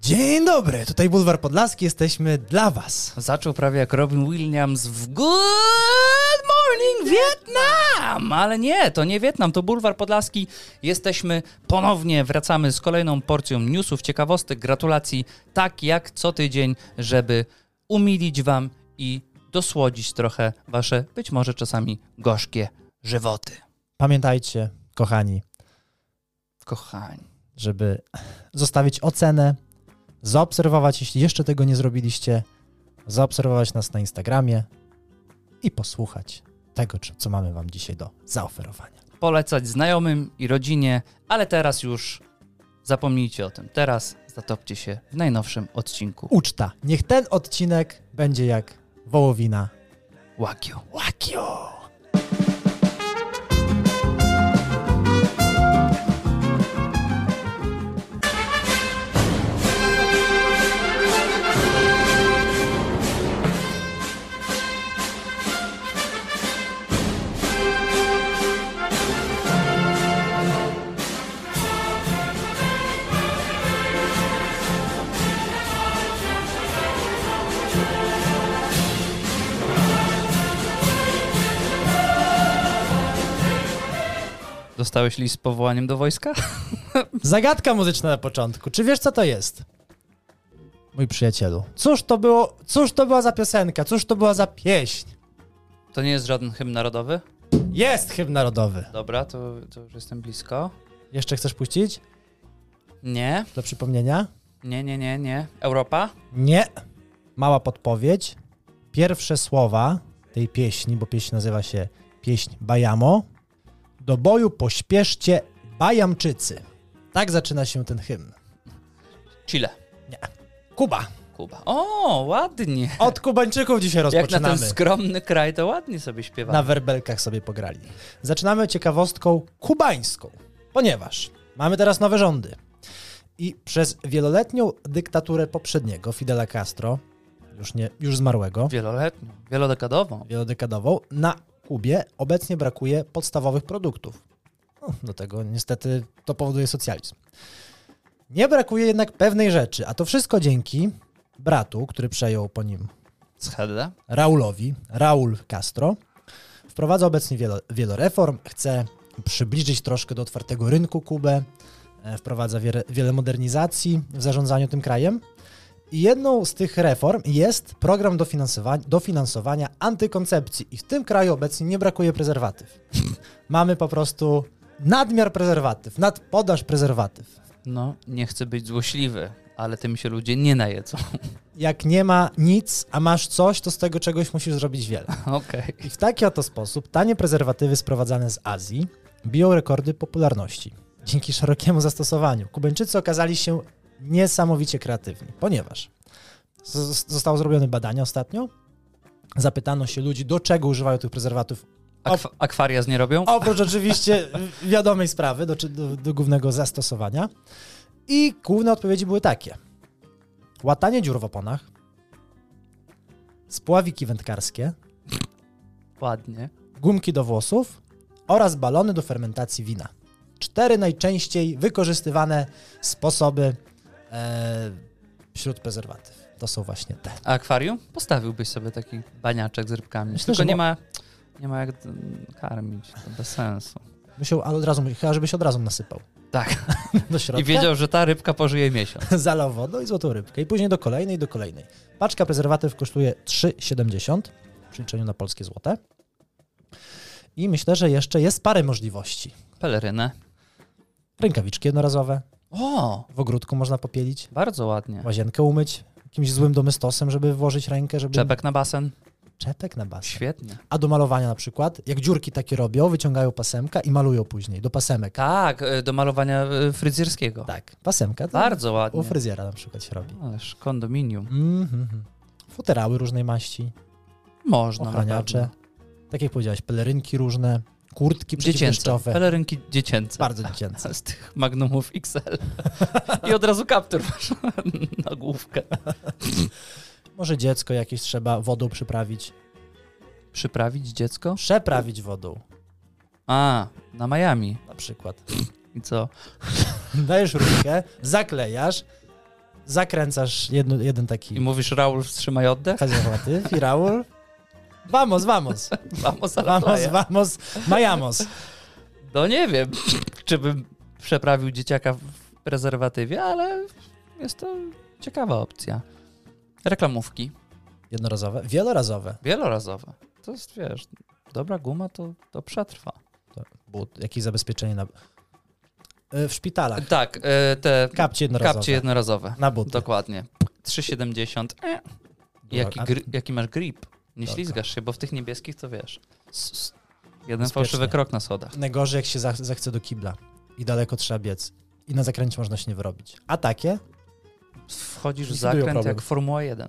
Dzień dobry, tutaj Bulwar Podlaski, jesteśmy dla was. Zaczął prawie jak Robin Williams w Good Morning Vietnam! Ale nie, to nie Wietnam, to Bulwar Podlaski. Jesteśmy ponownie, wracamy z kolejną porcją newsów, ciekawostek, gratulacji, tak jak co tydzień, żeby umilić wam i dosłodzić trochę wasze, być może czasami gorzkie żywoty. Pamiętajcie, kochani, Kochani. żeby zostawić ocenę, zaobserwować, jeśli jeszcze tego nie zrobiliście, zaobserwować nas na Instagramie i posłuchać tego, czy- co mamy wam dzisiaj do zaoferowania. polecać znajomym i rodzinie, ale teraz już zapomnijcie o tym. Teraz zatopcie się w najnowszym odcinku Uczta. Niech ten odcinek będzie jak wołowina. Łakio. Łakio! Dostałeś list z powołaniem do wojska? Zagadka muzyczna na początku. Czy wiesz, co to jest? Mój przyjacielu. Cóż to było, cóż to była za piosenka, cóż to była za pieśń? To nie jest żaden hymn narodowy? Jest hymn narodowy. Dobra, to, to już jestem blisko. Jeszcze chcesz puścić? Nie, Dla przypomnienia? nie, nie, nie, nie. Europa? Nie. Mała podpowiedź. Pierwsze słowa tej pieśni, bo pieśń nazywa się Pieśń Bajamo. Do boju pośpieszcie Bajamczycy. Tak zaczyna się ten hymn. Chile. Kuba. Kuba. O, ładnie. Od Kubańczyków dzisiaj Jak na rozpoczynamy. ten skromny kraj, to ładnie sobie śpiewa. na werbelkach sobie pograli. Zaczynamy ciekawostką kubańską, ponieważ mamy teraz nowe rządy. I przez wieloletnią dyktaturę poprzedniego Fidela Castro, już, nie, już zmarłego, Wieloletnią, wielodekadową. wielodekadową, na Kubie obecnie brakuje podstawowych produktów. No, do tego niestety to powoduje socjalizm. Nie brakuje jednak pewnej rzeczy, a to wszystko dzięki bratu, który przejął po nim Schedę. Raulowi, Raul Castro. Wprowadza obecnie wielo, wieloreform, chce przybliżyć troszkę do otwartego rynku Kubę, e, wprowadza wiele, wiele modernizacji w zarządzaniu tym krajem. I jedną z tych reform jest program dofinansowania, dofinansowania antykoncepcji. I w tym kraju obecnie nie brakuje prezerwatyw. Mamy po prostu nadmiar prezerwatyw, nadpodaż prezerwatyw. No, nie chcę być złośliwy, ale tym się ludzie nie najedzą. Jak nie ma nic, a masz coś, to z tego czegoś musisz zrobić wiele. Okej. I w taki oto sposób tanie prezerwatywy sprowadzane z Azji biją rekordy popularności. Dzięki szerokiemu zastosowaniu Kubańczycy okazali się niesamowicie kreatywni, ponieważ z- zostało zrobione badanie ostatnio. Zapytano się ludzi, do czego używają tych prezerwatów. Akwa- akwaria z nie robią? Oprócz oczywiście wiadomej sprawy, do, czy- do, do głównego zastosowania. I główne odpowiedzi były takie: łatanie dziur w oponach, spławiki wędkarskie, Ładnie. gumki do włosów oraz balony do fermentacji wina. Cztery najczęściej wykorzystywane sposoby e, wśród prezerwatyw. To są właśnie te. A akwarium? Postawiłbyś sobie taki baniaczek z rybkami. Myślę, Tylko że nie mo- ma, nie ma jak mm, karmić, to bez sensu. Musiał, ale od razu, chyba żebyś od razu nasypał Tak. do środka. I wiedział, że ta rybka pożyje miesiąc. Zalał wodą i złotą rybkę. I później do kolejnej, do kolejnej. Paczka prezerwatyw kosztuje 3,70 w przeliczeniu na polskie złote. I myślę, że jeszcze jest parę możliwości. Pelerynę. Rękawiczki jednorazowe, O, w ogródku można popielić, bardzo ładnie. łazienkę umyć, jakimś złym domystosem, żeby włożyć rękę, żeby Czepek na basen? Czepek na basen. Świetnie. A do malowania na przykład, jak dziurki takie robią, wyciągają pasemka i malują później do pasemek. Tak, y, do malowania y, fryzjerskiego. Tak, pasemka. to Bardzo ładnie. U fryzjera na przykład się robi. Ależ kondominium. Mhm. Futerały różnej maści, Można. ochraniacze, naprawdę. tak jak powiedziałeś, pelerynki różne, kurtki Dziecięce. przeciwdeszczowe. Pelerynki dziecięce. Bardzo dziecięce. Z tych magnumów XL. I od razu kaptur masz na główkę. Może dziecko jakieś trzeba wodą przyprawić. Przyprawić dziecko? Przeprawić wodą A, na Miami. na przykład. I co? Dajesz rurkę, zaklejasz, zakręcasz jedno, jeden I taki mówisz, Raul, wstrzymaj oddech? kaziowatyw i Raul, vamos, vamos, Vamos, a la vamos, playa. vamos, majamos. No nie wiem, czy bym przeprawił dzieciaka w prezerwatywie, ale jest to ciekawa opcja. Reklamówki, Jednorazowe, wielorazowe. wielorazowe. To jest, wiesz, dobra guma to, to przetrwa. Bo jakieś zabezpieczenie na... Y, W szpitalach. Tak, e, te Kapcie jednorazowe. kapcie jednorazowe. Na buty. Dokładnie. 3,70. E, Jaki, A- gry, jaki masz grip? Nie Dobra. ślizgasz się, bo w tych niebieskich to wiesz. s- s- Jeden Bezpiecznie. fałszywy krok na schodach. Najgorzej, jak się zach- zachce do kibla i daleko trzeba biec. I na zakręcie można się nie wyrobić. A takie? Wchodzisz w Likwidują zakręt problem. jak Formuła 1.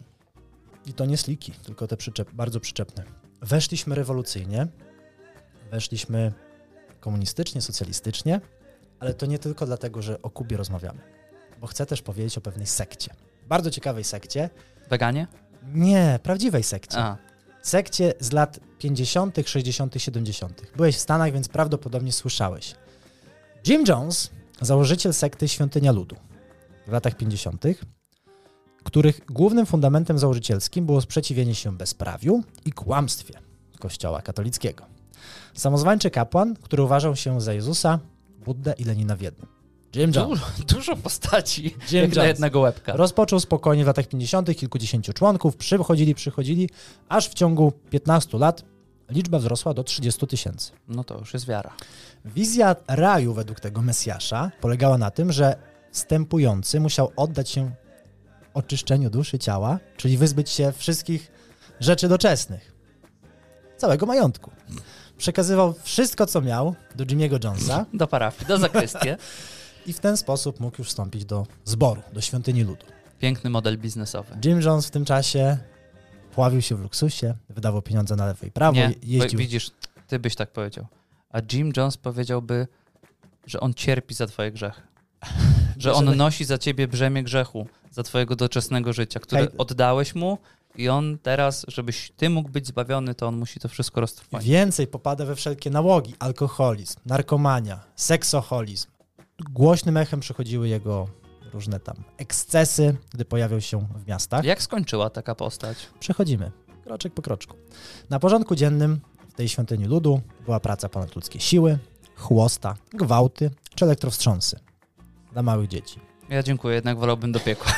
I to nie sliki, tylko te przyczep, bardzo przyczepne. Weszliśmy rewolucyjnie, weszliśmy komunistycznie, socjalistycznie, ale to nie tylko dlatego, że o Kubie rozmawiamy, bo chcę też powiedzieć o pewnej sekcie. Bardzo ciekawej sekcie. Weganie? Nie, prawdziwej sekcie. A, sekcie z lat 50., 60., 70. Byłeś w Stanach, więc prawdopodobnie słyszałeś. Jim Jones, założyciel sekty Świątynia Ludu w latach 50., których głównym fundamentem założycielskim było sprzeciwienie się bezprawiu i kłamstwie Kościoła katolickiego. Samozwańczy kapłan, który uważał się za Jezusa, Buddę i Lenina w jednym. Jim Jones. dużo, dużo postaci Jim jak na Jones. jednego łebka. Rozpoczął spokojnie w latach 50. kilkudziesięciu członków, przychodzili, przychodzili, aż w ciągu 15 lat liczba wzrosła do 30 tysięcy. No to już jest wiara. Wizja raju według tego Mesjasza polegała na tym, że wstępujący musiał oddać się oczyszczeniu duszy ciała, czyli wyzbyć się wszystkich rzeczy doczesnych, całego majątku. Przekazywał wszystko, co miał do Jimmy'ego Jonesa, Do parafii, do zakrystie. i w ten sposób mógł już wstąpić do zboru, do świątyni ludu. Piękny model biznesowy. Jim Jones w tym czasie pławił się w luksusie, wydawał pieniądze na lewo i prawo, Nie, je- bo jeździł. widzisz, ty byś tak powiedział. A Jim Jones powiedziałby, że on cierpi za twoje grzechy. Że Że- on nosi za ciebie brzemię grzechu, za twojego doczesnego życia, które Hej- oddałeś mu i on teraz, żebyś ty mógł być zbawiony, to on musi to wszystko roztrwonić. Więcej popada we wszelkie nałogi, alkoholizm, narkomania, seksoholizm. Głośnym echem przychodziły jego różne tam ekscesy, gdy pojawiał się w miastach. Jak skończyła taka postać? Przechodzimy, kroczek po kroczku. Na porządku dziennym w tej świątyni ludu była praca ponad ludzkie siły, chłosta, gwałty czy elektrowstrząsy dla małych dzieci. Ja dziękuję, jednak wolałbym do piekła.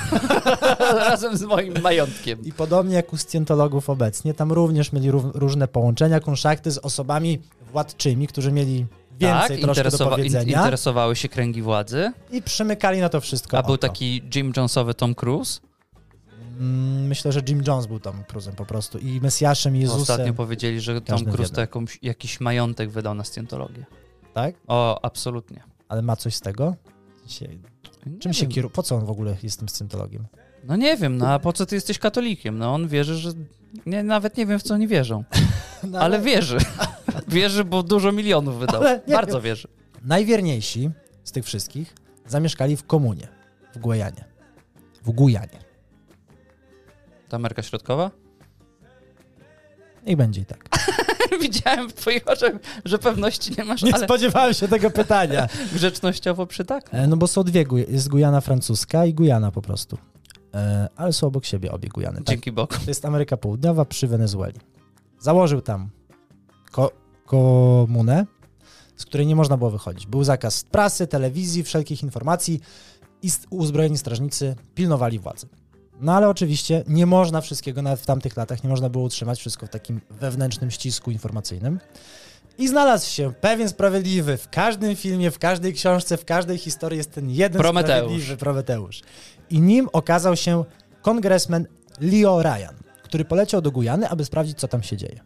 Razem z moim majątkiem. I podobnie jak u scjentologów obecnie, tam również mieli rów- różne połączenia, konszakty z osobami władczymi, którzy mieli więcej troszkę do Tak, interesowa- in- powiedzenia interesowały się kręgi władzy. i przymykali na to wszystko A był oko. taki Jim Jonesowy Tom Cruise. Mm, Myślę, że Jim Jones był tam Cruzem po prostu i Mesjaszem, i Jezusem, Ostatnio powiedzieli, że Tom Każdy tak. Cruise wiadomo. to jakąś, jakiś majątek wydał na Scientologię. tak? O, absolutnie. Ale ma coś z tego? Się- Nie Czym się wiem. kieruje? Po co on w ogóle jest tym scjentologiem? No nie wiem, no a po co ty jesteś katolikiem? No on wierzy, że... Nie, nawet nie wiem, w co oni wierzą. No, Ale wierzy. wierzy, bo dużo milionów wydał. Ale nie Bardzo wierzy. Najwierniejsi z tych wszystkich zamieszkali w komunie, w Gujanie. W Gujanie. Ta Ameryka Środkowa? Niech będzie i tak. Widziałem w twoich oczach, że pewności nie masz, Nie ale spodziewałem się tego pytania. grzecznościowo tak. przytak. E, No bo są dwie, Guj- jest Gujana francuska i Gujana po prostu. E, ale są obok siebie obie Gujany. Tak? Dzięki Bogu. To jest Ameryka Południowa przy Wenezueli. Założył tam ko- komunę, z której nie można było wychodzić. Był zakaz prasy, telewizji, wszelkich informacji i st- uzbrojeni strażnicy pilnowali władzy. No ale oczywiście nie można wszystkiego, nawet w tamtych latach, nie można było utrzymać wszystko w takim wewnętrznym ścisku informacyjnym. I znalazł się pewien sprawiedliwy. W każdym filmie, w każdej książce, w każdej historii jest ten jeden Prometeusz. sprawiedliwy Prometeusz. I nim okazał się kongresmen Leo Ryan, który poleciał do Gujany, aby sprawdzić, co tam się dzieje.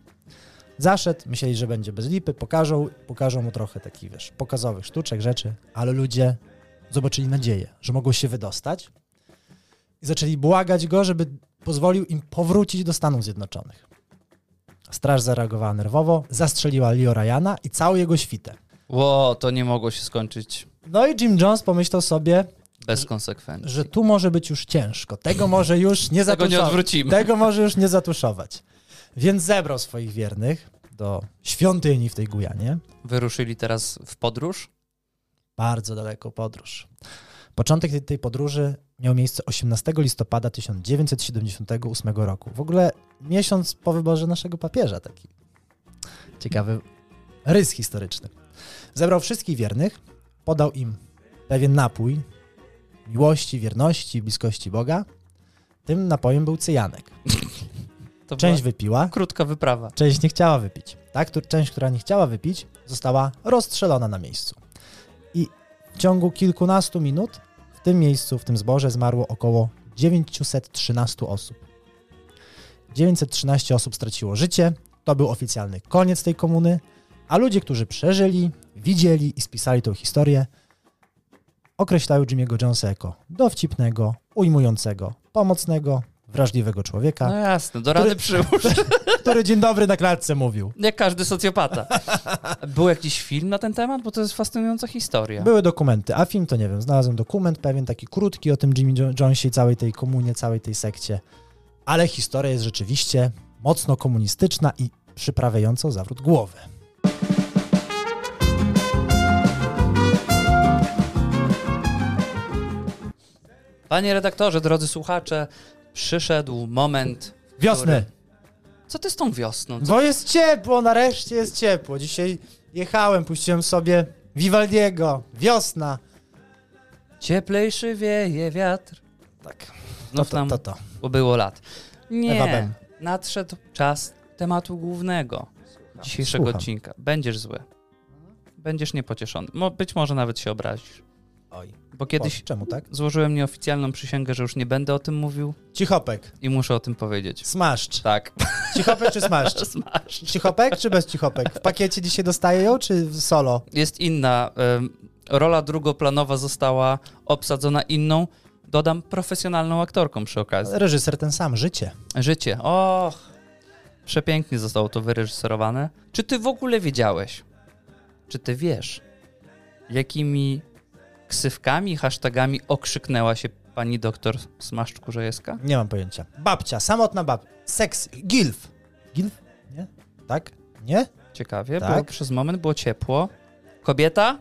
Zaszedł, myśleli, że będzie bez lipy, pokażą, pokażą mu trochę takich, wiesz, pokazowych sztuczek, rzeczy, ale ludzie zobaczyli nadzieję, że mogą się wydostać i zaczęli błagać go, żeby pozwolił im powrócić do Stanów Zjednoczonych. Straż zareagowała nerwowo, zastrzeliła Leo Ryana i całą jego świtę. Ło, to nie mogło się skończyć No i Jim Jones pomyślał sobie, bez konsekwencji. że tu może być już ciężko, tego może już nie Tego nie zatuszować. odwrócimy. Tego może już nie zatuszować. Więc zebrał swoich wiernych do świątyni w tej Gujanie. Wyruszyli teraz w podróż. Bardzo daleko podróż. Początek tej, tej podróży miał miejsce 18 listopada 1978 roku. W ogóle miesiąc po wyborze naszego papieża taki. Ciekawy rys historyczny. Zebrał wszystkich wiernych, podał im pewien napój miłości, wierności, bliskości Boga. Tym napojem był cyjanek. To Część była wypiła, krótka wyprawa. część nie chciała wypić. Ta któ- część, która nie chciała wypić, została rozstrzelona na miejscu. I w ciągu kilkunastu minut w tym miejscu, w tym zborze zmarło około 913 osób. 913 osób straciło życie, to był oficjalny koniec tej komuny, a ludzie, którzy przeżyli, widzieli i spisali tą historię, określają Jimmy'ego Jonesa jako dowcipnego, ujmującego, pomocnego, wrażliwego człowieka No jasne, do rady przyłóż. który dzień dobry na klatce mówił. Jak każdy socjopata. Był jakiś film na ten temat? Bo to jest fascynująca historia. Tak. Były dokumenty, a film to nie wiem, znalazłem dokument pewien taki krótki o tym Jimmy Jo- Jonesie i całej tej komunie, całej tej sekcie. Ale historia jest rzeczywiście mocno komunistyczna i przyprawiającą zawrót głowy. Panie redaktorze, drodzy słuchacze, przyszedł moment... Wiosny, Który? Co ty z tą wiosną? Co? bo jest ciepło, nareszcie jest ciepło. Dzisiaj jechałem, puściłem sobie Vivaldiego, wiosna. Cieplejszy wieje wiatr. Tak, Znów to, nam to, to. bo było lat. Ewa No Nie, Bem. nadszedł czas tematu głównego dzisiejszego Słucham. odcinka. Będziesz zły. Będziesz niepocieszony. Mo, być może nawet się obrazisz. Oj, Bo kiedyś... kiedyś czemu tak? złożyłem nieoficjalną przysięgę, że już nie będę o tym mówił Cichopek, i muszę o tym powiedzieć. smaszcz. Tak, Cichopek czy smaszcz? smasz. Cichopek czy bez cichopek? W pakiecie dzisiaj dostaję ją, czy w solo? Jest inna. Ym, rola drugoplanowa została obsadzona inną, dodam, profesjonalną aktorką przy okazji. Reżyser ten sam, życie. Życie. Och, przepięknie zostało to wyreżyserowane. Czy ty w ogóle wiedziałeś? Czy ty wiesz, jakimi ksywkami i hashtagami okrzyknęła się pani doktor Smaszcz-Kurzejewska? Nie mam pojęcia. Babcia, samotna babcia. Seks, gilf. Gilf? Nie? Tak? Nie? Ciekawie, Tak. bo przez moment było ciepło. Kobieta?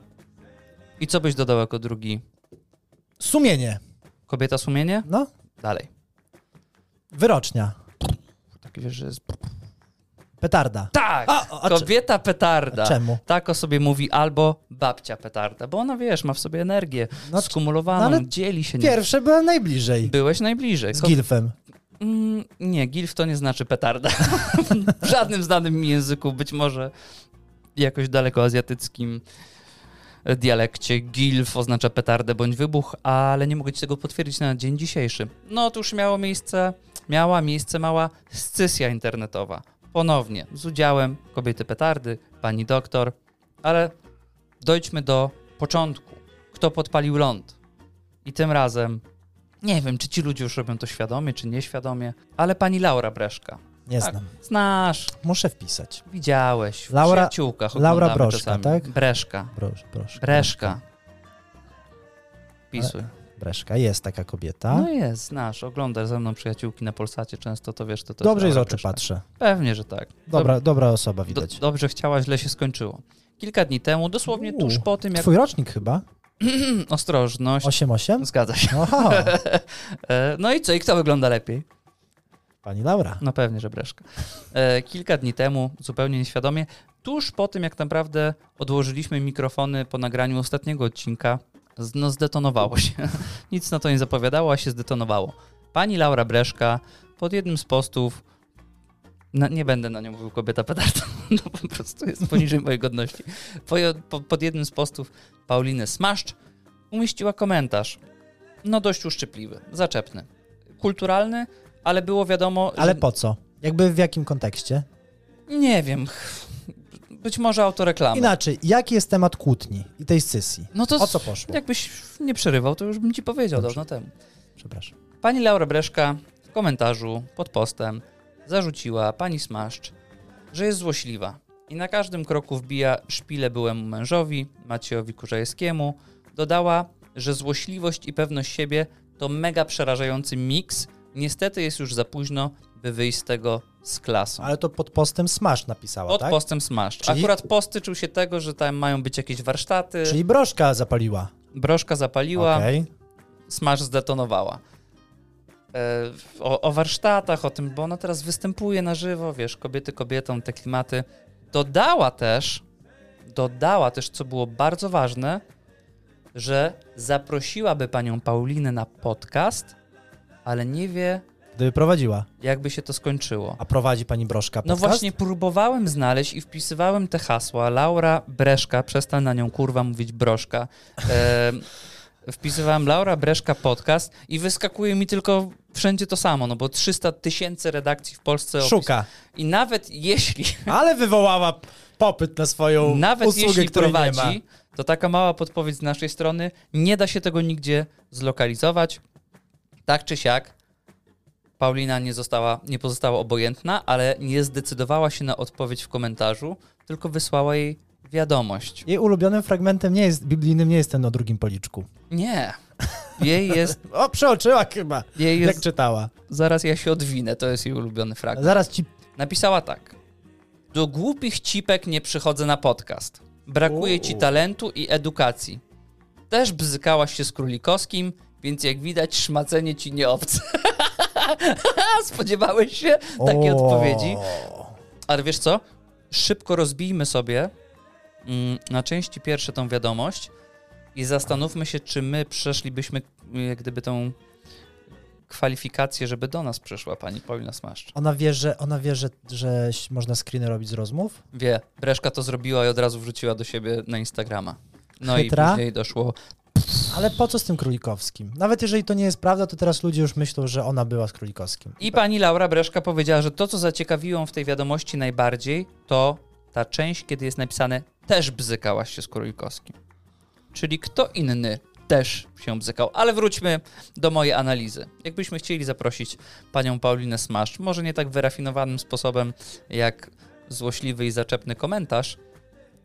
I co byś dodał jako drugi? Sumienie. Kobieta sumienie? No, Dalej. wyrocznia. Tak, wiesz, że jest... Petarda. Tak! A, a, a czy- Kobieta petarda. a czemu? Tak o sobie mówi albo babcia petarda, bo ona, wiesz, ma w sobie energię No, skumulowaną, no ale dzieli się. Nie... Pierwsze byłem najbliżej. Byłeś najbliżej. Z Ko- gilfem. mm, nie, gilf to nie znaczy petarda. w żadnym znanym mi języku, być może jakoś daleko azjatyckim dialekcie gilf oznacza petardę bądź wybuch, ale nie mogę ci tego potwierdzić na dzień dzisiejszy. No otóż miało miejsce, miała miejsce mała scysja internetowa. Ponownie z udziałem kobiety petardy, pani doktor, ale dojdźmy do początku. Kto podpalił ląd? I tym razem nie wiem, czy ci ludzie już robią to świadomie, czy nieświadomie, ale pani Laura Breszka. Nie Tak. znam. Znasz, Muszę wpisać. widziałeś, w Laura- przyjaciółkach Laura oglądamy Broszka, czasami. tak? Breszka, Proszę, proszę. Tak. Breszka. Pisuj. Breszka, jest taka kobieta. No jest, znasz, oglądasz ze mną przyjaciółki na Polsacie często, to wiesz, to to Dobrze i jest z Laura oczu Breszka. patrzę. Pewnie, że tak. Dobra, dobra osoba do, widać. dobrze chciała, źle się skończyło. Kilka dni temu, dosłownie Uuu, tuż po tym, jak... Twój rocznik chyba? No, Ostrożność. 8-8? Zgadza się. Oho, E, No i co, i kto wygląda lepiej? pani Laura. No pewnie, że Breszka. E, kilka dni temu, zupełnie nieświadomie, tuż po tym, jak naprawdę odłożyliśmy mikrofony po nagraniu ostatniego odcinka, z, no zdetonowało się. Nic na to nie zapowiadało, a się zdetonowało. Pani Laura Breszka pod jednym z postów, na, nie będę na nią mówił kobieta pedarda, no po prostu jest poniżej mojej godności. Po, po, pod jednym z postów Pauliny Smaszcz umieściła komentarz, no dość uszczypliwy, zaczepny. Kulturalny, ale było wiadomo, Ale że... po co? Jakby w jakim kontekście? Nie wiem. Ch- Być może autoreklamy. Inaczej, jaki jest temat kłótni i tej scysji? no to O co poszło? jakbyś nie przerywał, to już bym ci powiedział Dobrze. dawno temu. Przepraszam. Pani Laura Breszka w komentarzu pod postem zarzuciła pani Smaszcz, że jest złośliwa i na każdym kroku wbija szpilę byłemu mężowi, Maciejowi Kurzajewskiemu. Dodała, że złośliwość i pewność siebie to mega przerażający miks. Niestety jest już za późno, by wyjść z tego z klasą. Ale to pod postem Smash napisała, Pod tak? postem Smash. Czyli- Akurat postyczył się tego, że tam mają być jakieś warsztaty. Czyli broszka zapaliła. Broszka zapaliła. Okej. Smash zdetonowała. E, O, o warsztatach, o tym, bo ona teraz występuje na żywo, wiesz, kobiety kobietom, te klimaty. Dodała też, dodała też, co było bardzo ważne, że zaprosiłaby panią Paulinę na podcast, ale nie wie, Gdyby prowadziła. jakby się to skończyło. A prowadzi pani Broszka No podcast? właśnie, próbowałem znaleźć i wpisywałem te hasła. Laura Breszka, przestań na nią kurwa mówić broszka. E, wpisywałem Laura Breszka podcast i wyskakuje mi tylko wszędzie to samo, no bo 300 tysięcy redakcji w Polsce. opis- Szuka. I nawet jeśli, Ale wywołała popyt na swoją nawet usługę, jeśli której prowadzi, nie ma. to taka mała podpowiedź z naszej strony, nie da się tego nigdzie zlokalizować. Tak czy siak, Paulina nie, została, nie pozostała obojętna, ale nie zdecydowała się na odpowiedź w komentarzu, tylko wysłała jej wiadomość. Jej ulubionym fragmentem nie jest, biblijnym nie jest ten o drugim policzku. Nie. Jej jest, O, przeoczyła chyba, jak jej jest. tak. czytała. Zaraz ja się odwinę, to jest jej ulubiony fragment. Zaraz ci... Napisała tak. Do głupich cipek nie przychodzę na podcast. Brakuje ci Uuu. talentu i edukacji. Też bzykałaś się z królikowskim, więc jak widać, szmacenie ci nie obce. Spodziewałeś się takiej O. odpowiedzi. Ale wiesz co? Szybko rozbijmy sobie mm, na części pierwsze tą wiadomość i zastanówmy się, czy my przeszlibyśmy mm, jak gdyby tą kwalifikację, żeby do nas przyszła pani Paulina Smaszcz. Ona wie, że, ona wie że, że można screeny robić z rozmów? Wie, Breszka to zrobiła i od razu wrzuciła do siebie na Instagrama. No i Chytra? później doszło. Ale po co z tym Królikowskim? Nawet jeżeli to nie jest prawda, to teraz ludzie już myślą, że ona była z Królikowskim. I pani Laura Breszka powiedziała, że to, co zaciekawiło ją w tej wiadomości najbardziej, to ta część, kiedy jest napisane też bzykałaś się z Królikowskim. Czyli kto inny też się bzykał. Ale wróćmy do mojej analizy. Jakbyśmy chcieli zaprosić panią Paulinę Smasz, może nie tak wyrafinowanym sposobem, jak złośliwy i zaczepny komentarz,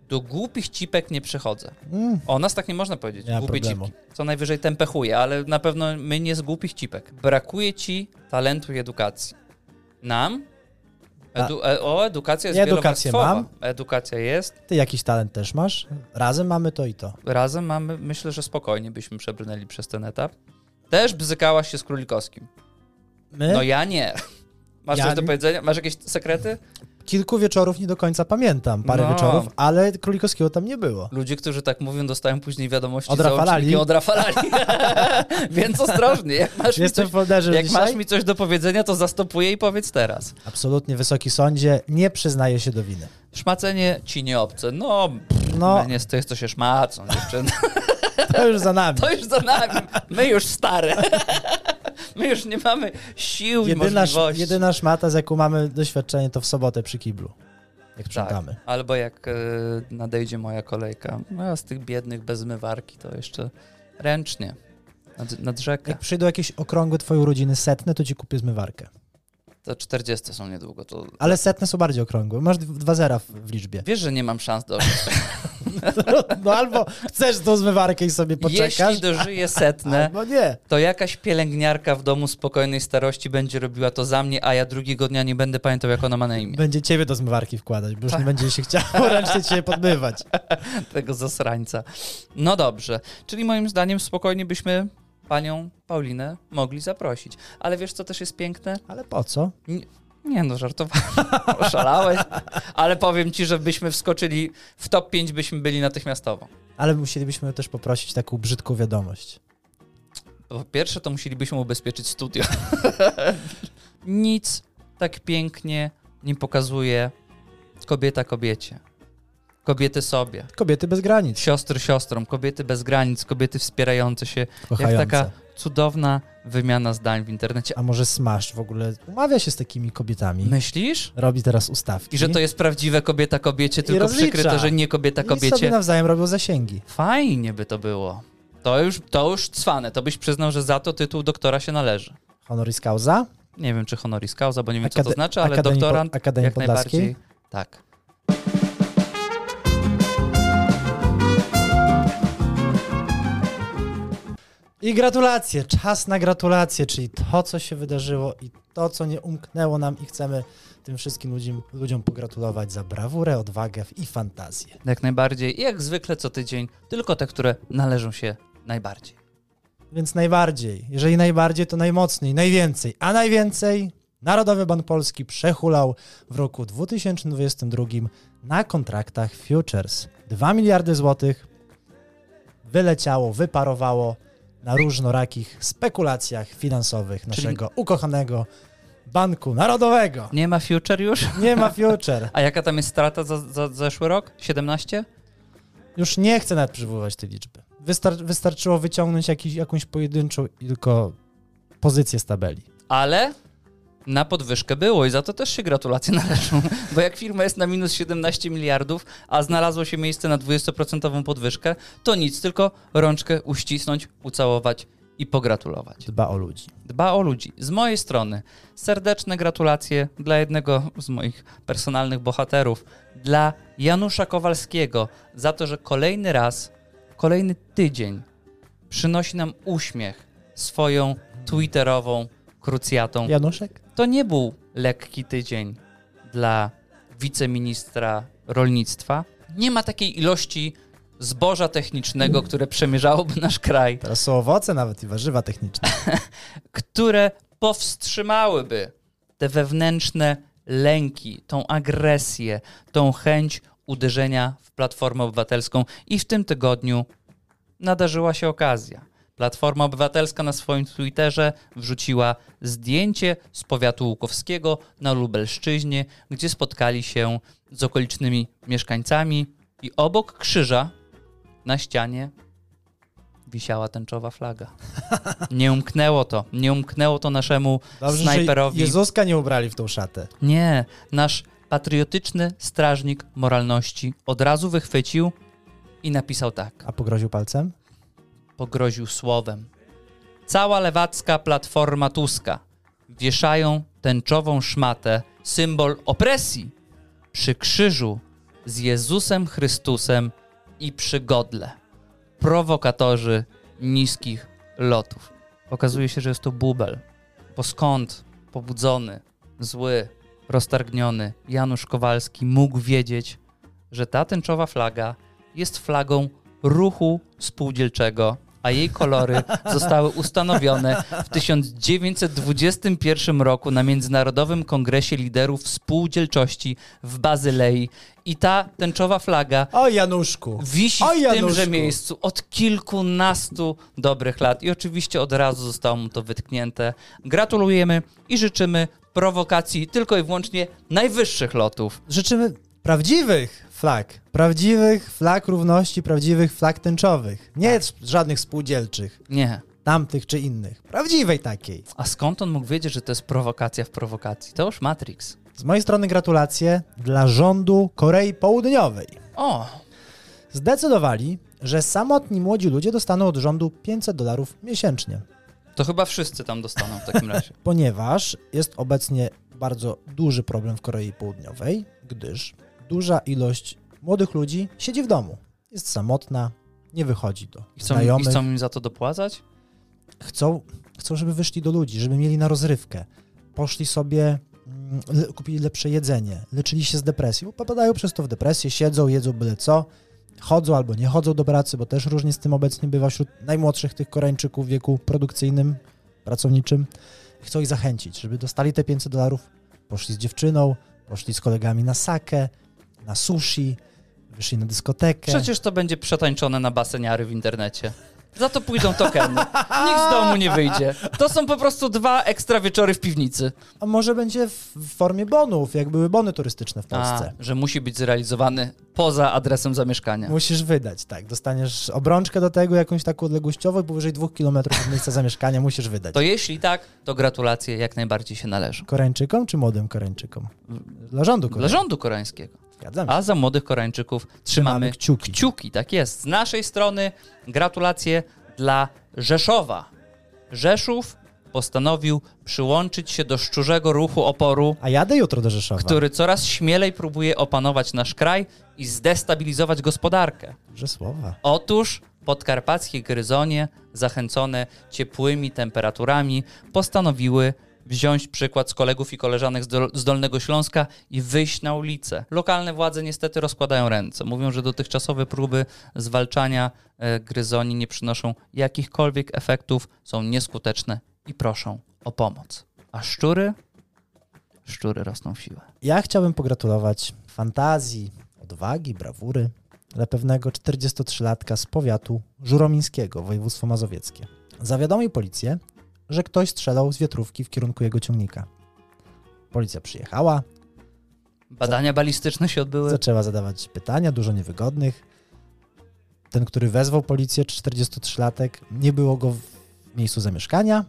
do głupich cipek nie przychodzę. Mm, O, nas tak nie można powiedzieć. nie ma Głupie problemu. cipki. Co najwyżej tempechuje, ale na pewno my nie z głupich cipek. Brakuje ci talentu i edukacji. Nam? Edu, e, o, edukacja jest Ja edukację wielowarstwowa. mam. Edukacja jest. Ty jakiś talent też masz? Razem mamy to i to. Razem mamy, myślę, że spokojnie byśmy przebrnęli przez ten etap. Też bzykałaś się z Królikowskim. My No ja nie. Masz Ja coś do nie. powiedzenia? Masz jakieś sekrety? kilku wieczorów nie do końca pamiętam, parę No. wieczorów, ale Królikowskiego tam nie było. Ludzie, którzy tak mówią, dostają później wiadomości Od Rafalali. załączniki Od Rafalali. Więc ostrożnie. Jak masz mi coś Jestem w folderze Jak dzisiaj? masz mi coś do powiedzenia, to zastopuję i powiedz teraz. Absolutnie wysoki sądzie, nie przyznaje się do winy. Szmacenie ci nie obce. No, no. No, nie to jest to się szmacą, dziewczyny. to już za nami. To już za nami. My już stare. My już nie mamy sił i Jedyna, sz- możliwości. jedyna szmata, z jaką mamy doświadczenie, to w sobotę przy kiblu, Tak. jak sprzątamy. Albo jak e, nadejdzie moja kolejka. No, a z tych biednych bez zmywarki to jeszcze ręcznie. Nad, nad rzekę. Jak przyjdą jakieś okrągłe twojej urodziny setne, to ci kupię zmywarkę. To 40 są niedługo. To... Ale setne są bardziej okrągłe. Masz d- dwa zera w, w liczbie. Wiesz, że nie mam szans do No albo chcesz tą zmywarkę i sobie poczekasz, Jeśli dożyję setne, albo nie. to jakaś pielęgniarka w domu spokojnej starości będzie robiła to za mnie, a ja drugiego dnia nie będę pamiętał, jak ona ma na imię. Będzie ciebie do zmywarki wkładać, bo już Tak. nie będzie się chciało ręcznie cię podmywać. Tego zasrańca. No dobrze. Czyli moim zdaniem spokojnie byśmy panią Paulinę mogli zaprosić. Ale wiesz, co też jest piękne? Ale po co? Nie no, żartowałem. Oszalałeś. Ale powiem ci, że byśmy wskoczyli w top 5, byśmy byli natychmiastowo. Ale musielibyśmy też poprosić taką brzydką wiadomość. Po pierwsze, to musielibyśmy ubezpieczyć studio. Nic tak pięknie nie pokazuje kobieta kobiecie. Kobiety sobie. Kobiety bez granic, Siostry siostrom, kobiety bez granic, kobiety wspierające się. kochające. Jak taka cudowna wymiana zdań w internecie. A może Smash w ogóle umawia się z takimi kobietami? Myślisz? Robi teraz ustawki. No I że to jest prawdziwe kobieta kobiecie, tylko rozlicza. przykryte, że nie kobieta I sobie kobiecie. nawzajem robią zasięgi. Fajnie by to było. To już, to już cwane, to byś przyznał, że za to tytuł doktora się należy. Honoris causa? Nie wiem, czy honoris causa, bo nie wiem, co to Akade- znaczy, ale Akademii Po- doktorant Akademii jak Podlaskiej? najbardziej. Tak. I gratulacje, czas na gratulacje, czyli to, co się wydarzyło i to, co nie umknęło nam i chcemy tym wszystkim ludziom, ludziom pogratulować za brawurę, odwagę i fantazję. Jak najbardziej. I jak zwykle co tydzień, tylko te, które należą się najbardziej. Więc najbardziej, jeżeli najbardziej, to najmocniej, najwięcej. A najwięcej Narodowy Bank Polski przehulał w roku 2022 na kontraktach futures. 2 miliardy złotych wyleciało, wyparowało na różnorakich spekulacjach finansowych naszego ukochanego Banku Narodowego. Nie ma future już? Nie ma future. A jaka tam jest strata za, za zeszły rok? 17? Już nie chcę nawet przywoływać tej liczby. Wystar- wystarczyło wyciągnąć jakiś, jakąś pojedynczą tylko pozycję z tabeli. Ale na podwyżkę było i za to też się gratulacje należą, bo jak firma jest na minus 17 miliardów, a znalazło się miejsce na 20% podwyżkę, to nic, tylko rączkę uścisnąć, ucałować i pogratulować. Dba o ludzi. Dba o ludzi. Z mojej strony serdeczne gratulacje dla jednego z moich personalnych bohaterów, dla Janusza Kowalskiego, za to, że kolejny raz, kolejny tydzień przynosi nam uśmiech swoją twitterową krucjatą. Januszek? To nie był lekki tydzień dla wiceministra rolnictwa. Nie ma takiej ilości zboża technicznego, które przemierzałoby nasz kraj Teraz są owoce nawet i warzywa techniczne. które powstrzymałyby te wewnętrzne lęki, tą agresję, tą chęć uderzenia w Platformę Obywatelską. I w tym tygodniu nadarzyła się okazja. Platforma Obywatelska na swoim Twitterze wrzuciła zdjęcie z powiatu łukowskiego na Lubelszczyźnie, gdzie spotkali się z okolicznymi mieszkańcami i obok krzyża na ścianie wisiała tęczowa flaga. Nie umknęło to. Nie umknęło to naszemu Dobrze, snajperowi. że Jezuska nie ubrali w tą szatę. Nie, nasz patriotyczny strażnik moralności od razu wychwycił i napisał tak. A pogroził palcem? Pogroził słowem. Cała lewacka platforma Tuska wieszają tęczową szmatę, symbol opresji, przy krzyżu z Jezusem Chrystusem i przy godle. Prowokatorzy niskich lotów. Okazuje się, że jest to bubel. Bo skąd pobudzony, zły, roztargniony Janusz Kowalski mógł wiedzieć, że ta tęczowa flaga jest flagą ruchu spółdzielczego, a jej kolory zostały ustanowione w 1921 roku na Międzynarodowym Kongresie Liderów Spółdzielczości w Bazylei. I ta tęczowa flaga O Januszku! wisi O, w Januszku. tymże miejscu od kilkunastu dobrych lat i oczywiście od razu zostało mu to wytknięte. Gratulujemy i życzymy prowokacji tylko i wyłącznie najwyższych lotów. Życzymy prawdziwych flag. Prawdziwych flag równości, prawdziwych flag tęczowych. Tak. Nie żadnych spółdzielczych, Nie. tamtych czy innych. Prawdziwej takiej. A skąd on mógł wiedzieć, że to jest prowokacja w prowokacji? To już Matrix. Z mojej strony gratulacje dla rządu Korei Południowej. O, Zdecydowali, że samotni młodzi ludzie dostaną od rządu 500 dolarów miesięcznie, to chyba wszyscy tam dostaną w takim razie. ponieważ jest obecnie bardzo duży problem w Korei Południowej, gdyż duża ilość młodych ludzi siedzi w domu, jest samotna, nie wychodzi do I chcą, i znajomych. chcą im za to dopłacać? Chcą, chcą, żeby wyszli do ludzi, żeby mieli na rozrywkę, poszli sobie, mm, le, kupili lepsze jedzenie, leczyli się z depresji, bo popadają przez to w depresję, siedzą, jedzą byle co, chodzą albo nie chodzą do pracy, bo też różnie z tym obecnie bywa wśród najmłodszych tych Koreańczyków w wieku produkcyjnym, pracowniczym. Chcą ich zachęcić, żeby dostali te 500 dolarów, poszli z dziewczyną, poszli z kolegami na sakę, na sushi, wyszli na dyskotekę. Przecież to będzie przetańczone na baseniary w internecie. Za to pójdą tokeny. Nikt z domu nie wyjdzie. To są po prostu dwa ekstra wieczory w piwnicy. A może będzie w w formie bonów, jak były bony turystyczne w Polsce. A, że musi być zrealizowany poza adresem zamieszkania. Musisz wydać, tak. Dostaniesz obrączkę do tego, jakąś taką odległościową, i powyżej dwóch kilometrów od miejsca zamieszkania musisz wydać. To jeśli tak, to gratulacje jak najbardziej się należą. Koreańczykom czy młodym Koreańczykom? Dla rządu Dla Korei. rządu koreańskiego. Zgadzam się. A za młodych Koreańczyków trzymamy Mamy kciuki. kciuki, tak jest. Z naszej strony gratulacje dla Rzeszowa. Rzeszów postanowił przyłączyć się do szczurzego ruchu oporu, A jadę jutro do Rzeszowa. który coraz śmielej próbuje opanować nasz kraj i zdestabilizować gospodarkę. Że słowa. Otóż podkarpackie gryzonie, zachęcone ciepłymi temperaturami, postanowiły wziąć przykład z kolegów i koleżanek z, Dol- z Dolnego Śląska i wyjść na ulicę. Lokalne władze niestety rozkładają ręce. Mówią, że dotychczasowe próby zwalczania e, gryzoni nie przynoszą jakichkolwiek efektów, są nieskuteczne i proszą o pomoc. A szczury? Szczury rosną w siłę. Ja chciałbym pogratulować fantazji, odwagi, brawury dla pewnego 43-latka z powiatu żuromińskiego, województwo mazowieckie. Zawiadomił policję, że ktoś strzelał z wiatrówki w kierunku jego ciągnika. Policja przyjechała, Badania balistyczne się odbyły. zaczęła zadawać pytania, dużo niewygodnych. Ten, który wezwał policję, 43-latek, nie było go w miejscu zamieszkania.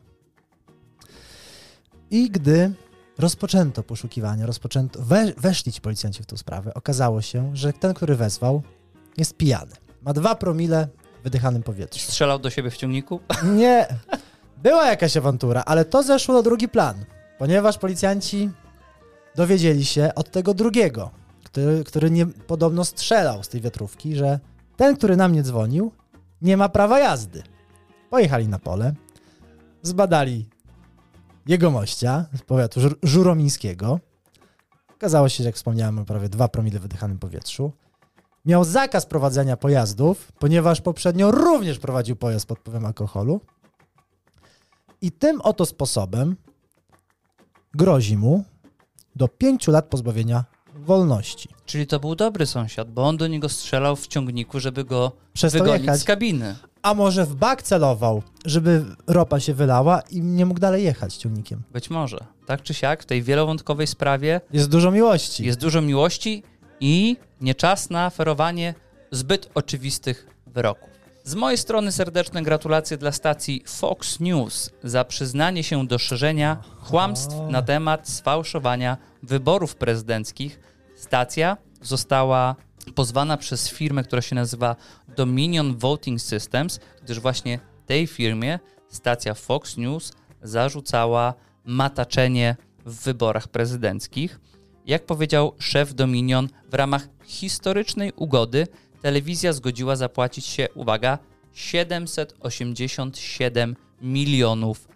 I gdy rozpoczęto poszukiwania, rozpoczęto, we, weszli ci policjanci w tą sprawę, okazało się, że ten, który wezwał, jest pijany. Ma dwa promile w wydychanym powietrzu. Strzelał do siebie w ciągniku? Nie, była jakaś awantura, ale to zeszło na drugi plan, ponieważ policjanci dowiedzieli się od tego drugiego, który, który nie, podobno strzelał z tej wiatrówki, że ten, który na mnie dzwonił, nie ma prawa jazdy. Pojechali na pole, zbadali jegomościa z powiatu żur- żuromińskiego. Okazało się, że jak wspomniałem, ma prawie dwa promile w wydychanym powietrzu. Miał zakaz prowadzenia pojazdów, ponieważ poprzednio również prowadził pojazd pod wpływem alkoholu. I tym oto sposobem grozi mu do pięciu lat pozbawienia wolności. Czyli to był dobry sąsiad, bo on do niego strzelał w ciągniku, żeby go Przez to wygonić jechać. z kabiny. A może w bak celował, żeby ropa się wylała i nie mógł dalej jechać ciągnikiem. Być może. Tak czy siak, w tej wielowątkowej sprawie Jest dużo miłości. jest dużo miłości i nie czas na ferowanie zbyt oczywistych wyroków. Z mojej strony serdeczne gratulacje dla stacji Fox News za przyznanie się do szerzenia kłamstw na temat sfałszowania wyborów prezydenckich. Stacja została pozwana przez firmę, która się nazywa Dominion Voting Systems, gdyż właśnie tej firmie stacja Fox News zarzucała mataczenie w wyborach prezydenckich. Jak powiedział szef Dominion, w ramach historycznej ugody telewizja zgodziła zapłacić się, uwaga, 787 milionów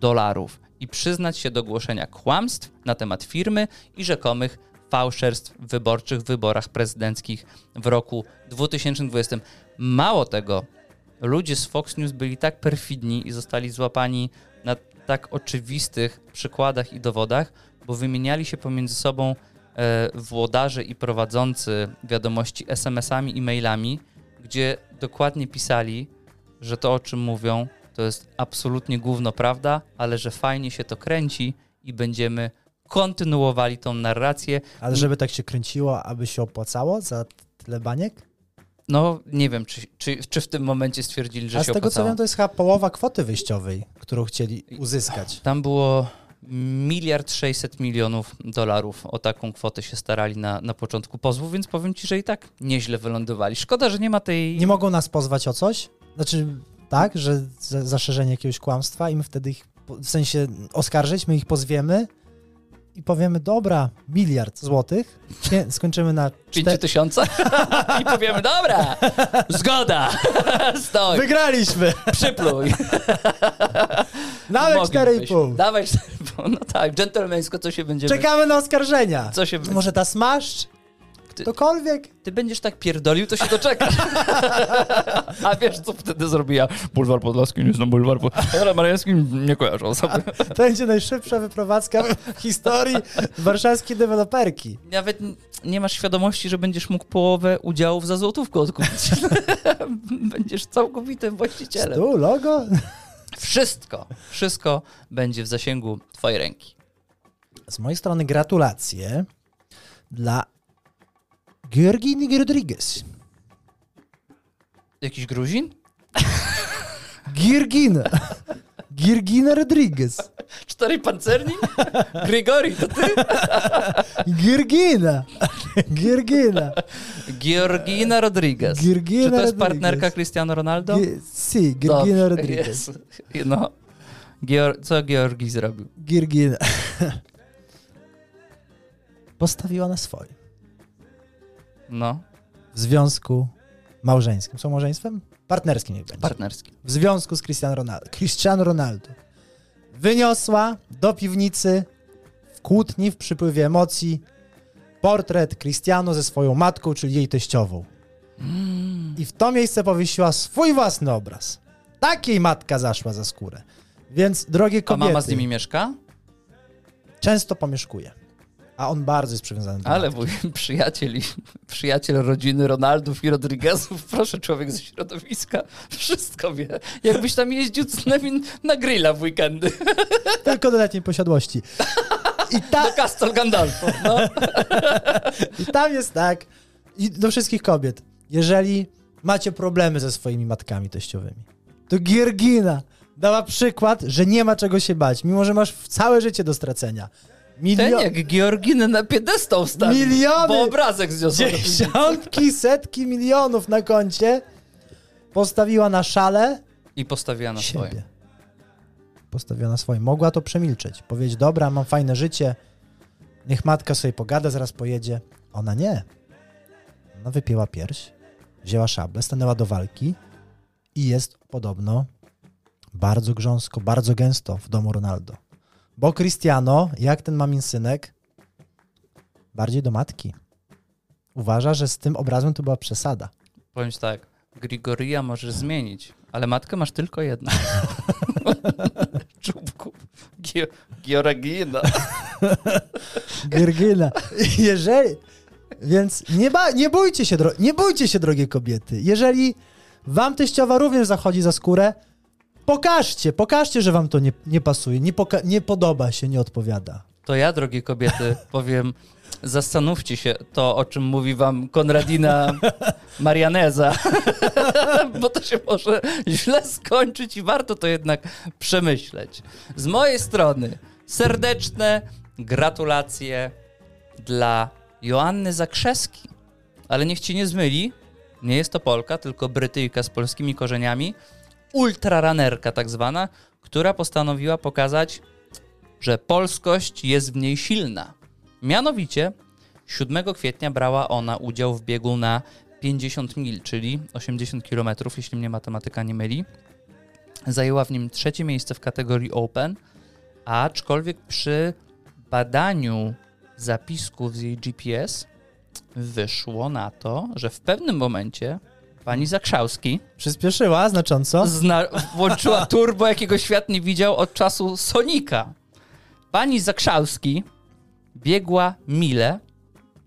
dolarów i przyznać się do głoszenia kłamstw na temat firmy i rzekomych fałszerstw wyborczych w wyborach prezydenckich w roku 2020. Mało tego, ludzie z Fox News byli tak perfidni i zostali złapani na tak oczywistych przykładach i dowodach, bo wymieniali się pomiędzy sobą e, włodarze i prowadzący wiadomości SMS-ami i mailami, gdzie dokładnie pisali, że to o czym mówią to jest absolutnie gówno prawda, ale że fajnie się to kręci i będziemy kontynuowali tą narrację. Ale żeby tak się kręciło, aby się opłacało za tyle baniek? No nie wiem, czy, czy, czy w tym momencie stwierdzili, że A z się tego co opłacało. wiem, to jest chyba połowa kwoty wyjściowej, którą chcieli uzyskać. Tam było miliard 600 milionów dolarów. O taką kwotę się starali na, na początku pozwu, więc powiem ci, że i tak nieźle wylądowali. Szkoda, że nie ma tej... Nie mogą nas pozwać o coś? Znaczy, tak, że za, za szerzenie jakiegoś kłamstwa i my wtedy ich, po- w sensie oskarżyć, my ich pozwiemy i powiemy, dobra, miliard złotych, nie, skończymy na czter- 5 tysiąca i powiemy, dobra, zgoda, stoi, Wygraliśmy! przypluj. Nawet Moglibyśmy. 4,5. Dawaj 4,5, no tak, dżentelmeńsko, co się będzie... Czekamy na oskarżenia. Co się... Może ta smaszcz? Ty- Ktokolwiek? Ty będziesz tak pierdolił, to się doczeka. A wiesz, co wtedy zrobiła? Bulwar Podlaski nie znam bulwar Podlaski. Ale Mariański nie kojarzą sobie. To będzie najszybsza wyprowadzka w historii warszawskiej deweloperki. Nawet n- nie masz świadomości, że będziesz mógł połowę udziałów za złotówkę odkupić. będziesz całkowitym właścicielem. Tu logo? Wszystko, wszystko będzie w zasięgu twojej ręki. Z mojej strony gratulacje dla Georgini Rodriguez. Jakiś Gruzin? Girgina. Girgina Rodriguez. Cztery pancerni? Grigori, to ty? Girgina. Girgina. Georgina Rodriguez. Georgina Czy to jest Rodriguez. partnerka Cristiano Ronaldo? Gi- Si, Girgina Dobrze, Rodriguez. jest. No. Geor- co Georgi zrobił? Girgina. Postawiła na swoim. No, w związku małżeńskim. Są małżeństwem? Partnerskim niech będzie. partnerski. w związku z Cristiano Ronaldo. Cristiano Ronaldo Wyniosła do piwnicy w kłótni, w przypływie emocji portret Cristiano ze swoją matką, czyli jej teściową. I w to miejsce powiesiła swój własny obraz. Takiej matka zaszła za skórę. Więc, drogie A kobiety, mama z nimi mieszka? często pomieszkuje. A on bardzo jest przywiązany do Ale matki. mój przyjaciel, i- przyjaciel rodziny Ronaldów i Rodriguezów, proszę człowiek ze środowiska, wszystko wie. Jakbyś tam jeździł z nami na grilla w weekendy, Tylko do letniej posiadłości. I ta, do Castle Gandalfo. No. I tam jest tak, i do wszystkich kobiet, jeżeli macie problemy ze swoimi matkami teściowymi, to Giergina dała przykład, że nie ma czego się bać, mimo że masz w- całe życie do stracenia. Ten Milio- jak Georginy na piedestał stawił, Miliony! bo obrazek zniosł. dziesiątki, setki milionów na koncie postawiła na szale I postawiła na swoje. siebie. Postawiła na swoim. Mogła to przemilczeć. Powiedzieć, dobra, mam fajne życie, niech matka sobie pogada, zaraz pojedzie. Ona nie. Ona wypięła pierś, wzięła szablę, stanęła do walki i jest podobno bardzo grząsko, bardzo gęsto w domu Ronaldo. Bo Cristiano, jak ten mamin synek, bardziej do matki. Uważa, że z tym obrazem to była przesada. Powiem ci tak, Grigoria możesz zmienić, ale matkę masz tylko jedną. Czubku. Gio- Georgina. Giergyna. Jeżeli. Więc nie, ba, nie, bójcie się, dro, nie bójcie się, drogie kobiety. Jeżeli wam teściowa również zachodzi za skórę, pokażcie, pokażcie, że wam to nie, nie pasuje, nie, poka- nie podoba się, nie odpowiada. To ja, drogie kobiety, powiem, zastanówcie się to, o czym mówi wam Konradina Marianeza, bo to się może źle skończyć i warto to jednak przemyśleć. Z mojej strony serdeczne gratulacje dla Joanny Zakrzeski, ale niech ci nie zmyli, nie jest to Polka, tylko Brytyjka z polskimi korzeniami, ultraranerka tak zwana, która postanowiła pokazać że polskość jest w niej silna. Mianowicie 7 kwietnia brała ona udział w biegu na 50 mil, czyli 80 km, jeśli mnie matematyka nie myli. Zajęła w nim trzecie miejsce w kategorii Open, aczkolwiek przy badaniu zapisków z jej GPS wyszło na to, że w pewnym momencie pani Zakrzałski Przyspieszyła znacząco. Zna- włączyła turbo, jakiego świat nie widział od czasu Sonika. Pani Zakrzałski biegła mile,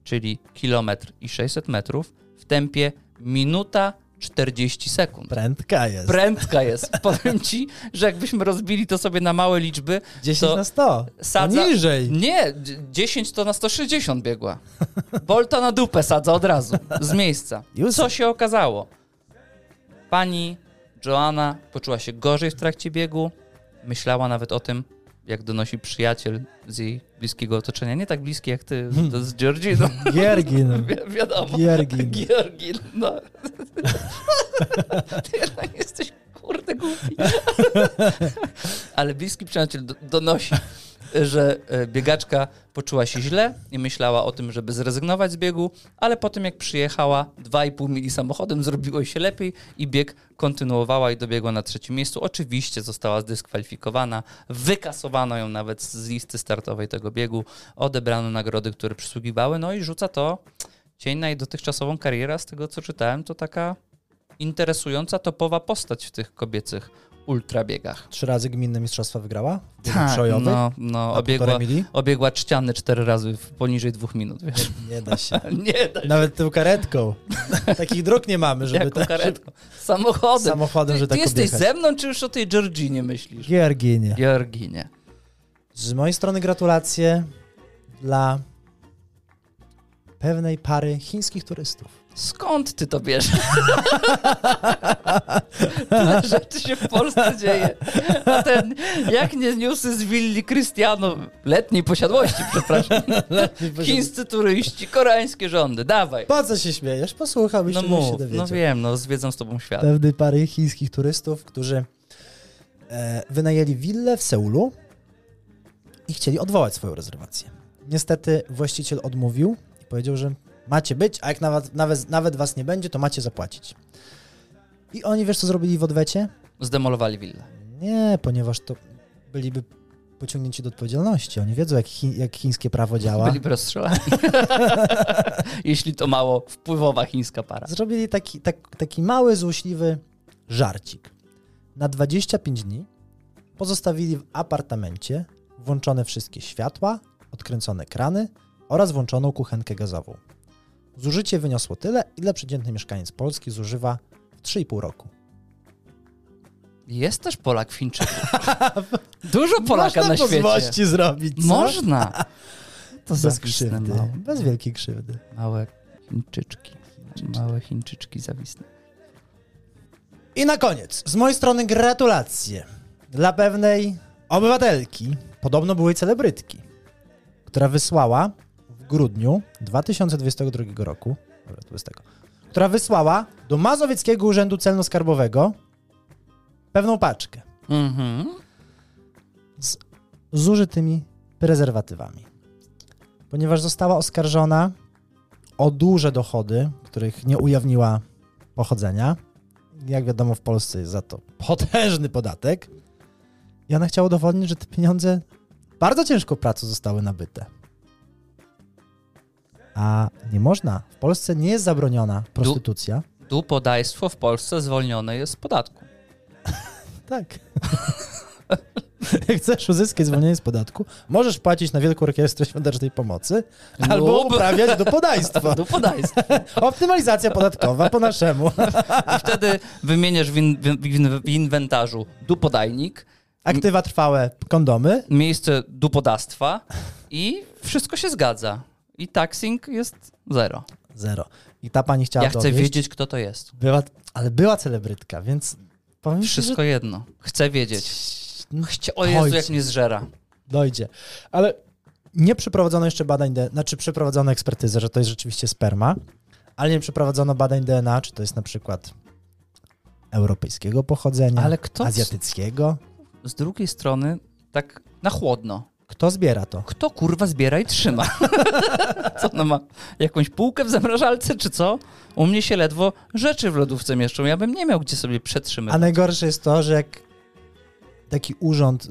czyli kilometr i 600 metrów, w tempie minuta 40 sekund. Prędka jest. Prędka jest. Powiem ci, że jakbyśmy rozbili to sobie na małe liczby, 10 to na 100. sadza- Niżej. Nie, dzie- 10 to na 160 biegła. Bolta na dupę sadza od razu, z miejsca. Józef. Co się okazało? Pani Joanna poczuła się gorzej w trakcie biegu. Myślała nawet o tym, jak donosi przyjaciel z jej bliskiego otoczenia. Nie tak bliski jak ty, to z Georginą. Giergin. Wi- wiadomo. Giergin. Georgin, no. Ty jednak jesteś kurde głupi. Ale bliski przyjaciel do- donosi, że e, biegaczka poczuła się źle i myślała o tym, żeby zrezygnować z biegu, ale po tym jak przyjechała 2,5 mili samochodem, zrobiło jej się lepiej i bieg kontynuowała i dobiegła na trzecim miejscu. Oczywiście została zdyskwalifikowana, wykasowano ją nawet z listy startowej tego biegu, odebrano nagrody, które przysługiwały, no i rzuca to cień na jej dotychczasową karierę, a z tego co czytałem, to taka interesująca, topowa postać w tych kobiecych ultrabiegach. Trzy razy gminne mistrzostwa wygrała. Przejowy. no, no obiegła, obiegła czciany cztery razy w poniżej dwóch minut, wiesz. Nie da się. Nie da się, Nawet tą karetką. Takich dróg nie mamy, żeby jako tak karetką. Samochodem. samochodem, ty, że tak Ty jesteś objechać. ze mną, czy już o tej Georginie myślisz? Gierginie. Georginie. Z mojej strony gratulacje dla pewnej pary chińskich turystów. Skąd ty to bierzesz? Tyle rzeczy się w Polsce dzieje. A ten, jak nie zniósł z willi Krystiano letniej posiadłości, przepraszam. Chińscy turyści, koreańskie rządy, dawaj. Po co się śmiejesz? Posłucham i No no się mów, dowiedział. Tak. no wiem, no zwiedzam z tobą świat. Pewnej pary chińskich turystów, którzy e, wynajęli willę w Seulu i chcieli odwołać swoją rezerwację. Niestety właściciel odmówił i powiedział, że macie być, a jak nawet, nawet, nawet was nie będzie, to macie zapłacić. I oni wiesz co zrobili w odwecie? Zdemolowali willę. Nie, ponieważ to byliby pociągnięci do odpowiedzialności. Oni wiedzą, jak, chi, jak chińskie prawo działa. Byliby rozstrzelani. Jeśli to mało wpływowa chińska para. Zrobili taki, tak, taki mały, złośliwy żarcik. Na 25 dni pozostawili w apartamencie włączone wszystkie światła, odkręcone krany oraz włączoną kuchenkę gazową. Zużycie wyniosło tyle, ile przeciętny mieszkaniec Polski zużywa w 3,5 roku. Jest też Polak w Chińczyku. Dużo Polaka na świecie. pozłości zrobić, co? Można. To no. Bez krzywdy, bez wielkiej krzywdy. Małe Chińczyczki. Małe Chińczyczki zawisne. I na koniec, z mojej strony gratulacje dla pewnej obywatelki, podobno byłej celebrytki, która wysłała w grudniu 2022 roku, dobra, to jest tego, która wysłała do Mazowieckiego Urzędu Celno-Skarbowego pewną paczkę Mhm. z użytymi prezerwatywami. Ponieważ została oskarżona o duże dochody, których nie ujawniła pochodzenia. Jak wiadomo, w Polsce jest za to potężny podatek. I ona chciała udowodnić, że te pieniądze bardzo ciężką pracą zostały nabyte. A nie można. W Polsce nie jest zabroniona prostytucja. Dupodajstwo w Polsce zwolnione jest z podatku. Tak. Jak chcesz uzyskać zwolnienie z podatku, możesz płacić na Wielką Orkiestrę Świątecznej Pomocy albo Lub- uprawiać do podajstwa. Dupodajstwo. Optymalizacja podatkowa po naszemu. I wtedy wymieniasz w, in, w, in, w inwentarzu dupodajnik, Aktywa trwałe, kondomy. miejsce dupodawstwa i wszystko się zgadza. I taxing jest zero. Zero. I ta pani chciała Ja chcę dowieść. wiedzieć, kto to jest. Była, ale była celebrytka, więc powiem ci, No Wszystko jedno. Chcę wiedzieć. że Chcia... O Jezu, jak Ojciec. mnie zżera. dojdzie. Ale nie przeprowadzono jeszcze badań, D- znaczy przeprowadzono ekspertyzę, że to jest rzeczywiście sperma, ale nie przeprowadzono badań DNA, czy to jest na przykład europejskiego pochodzenia, Ale kto z- azjatyckiego. Z drugiej strony, tak na chłodno. Kto zbiera to? Kto kurwa zbiera i trzyma? co ona ma? Jakąś półkę w zamrażalce, czy co? U mnie się ledwo rzeczy w lodówce mieszczą. Ja bym nie miał gdzie sobie A przetrzymywać. najgorsze jest to, że jak taki urząd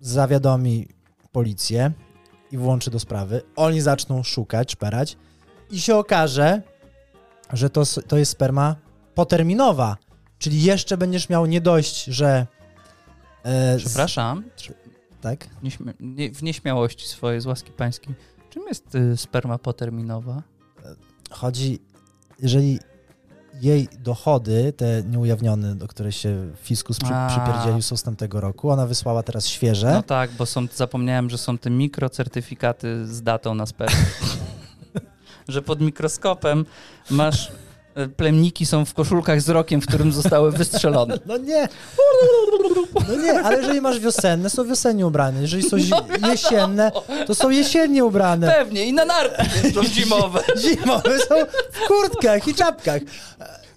zawiadomi policję i włączy do sprawy, oni zaczną szukać, szperać i się okaże, że to, s- to jest sperma poterminowa, czyli jeszcze będziesz miał nie dość, że... E, z- Przepraszam, tak? nieśmia... nie, w nieśmiałości swojej, z łaski pańskiej. Czym jest y, sperma poterminowa? Chodzi, jeżeli jej dochody, te nieujawnione, do których się fiskus przy, A. przypierdzielił, są z tamtego roku, ona wysłała teraz świeże. No tak, bo są, zapomniałem, że są te mikrocertyfikaty z datą na spermę. że pod mikroskopem masz e, plemniki są w koszulkach z rokiem, w którym zostały wystrzelone. No nie. No nie, ale jeżeli masz wiosenne, są wiosennie ubrane. Jeżeli są zi- jesienne, to są jesiennie ubrane. Pewnie i na narty są zimowe. Zimowe są w kurtkach i czapkach.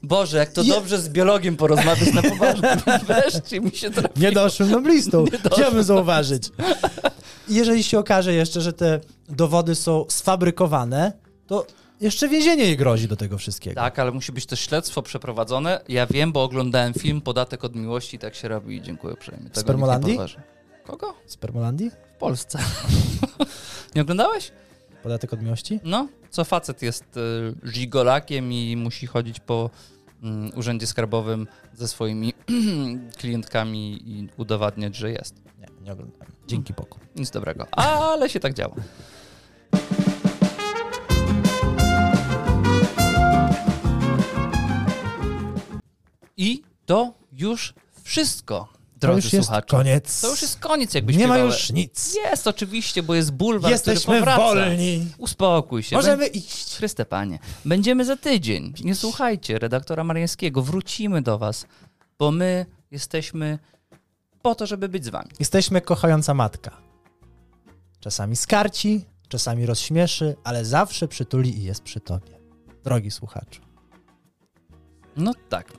Boże, jak to Je- dobrze z biologiem porozmawiać na poważnie. Wreszcie mi się trafi. Niedoszłym noblistą, chciałbym zauważyć. I Jeżeli się okaże jeszcze, że te dowody są sfabrykowane, to jeszcze więzienie jej grozi do tego wszystkiego. Tak, ale musi być też śledztwo przeprowadzone. Ja wiem, bo oglądałem film Podatek od miłości i tak się robi. Dziękuję uprzejmie. Tego Spermolandii? nikt nie podważy. Kogo? Spermolandii? W Polsce. nie oglądałeś? Podatek od miłości? No, co facet jest y, żigolakiem i musi chodzić po mm, urzędzie skarbowym ze swoimi klientkami i udowadniać, że jest. Nie, nie oglądałem. Dzięki Bogu. Nic dobrego. Ale się tak działo. I to już wszystko, to drodzy już jest słuchacze. koniec. To już jest koniec, jakby Nie ma śpiewały. już nic. Jest oczywiście, bo jest bulwar, który Jesteśmy powraca. wolni. Uspokój się. Możemy iść. Chryste panie, będziemy za tydzień. Nie słuchajcie redaktora Mariańskiego, wrócimy do was, bo my jesteśmy po to, żeby być z wami. Jesteśmy kochająca matka. Czasami skarci, czasami rozśmieszy, ale zawsze przytuli i jest przy tobie. Drogi słuchaczu. No tak.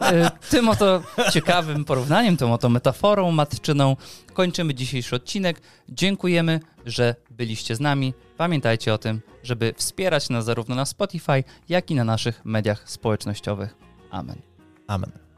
E, tym oto ciekawym porównaniem, tą oto metaforą matczyną kończymy dzisiejszy odcinek. Dziękujemy, że byliście z nami. Pamiętajcie o tym, żeby wspierać nas zarówno na Spotify, jak i na naszych mediach społecznościowych. Amen. Amen.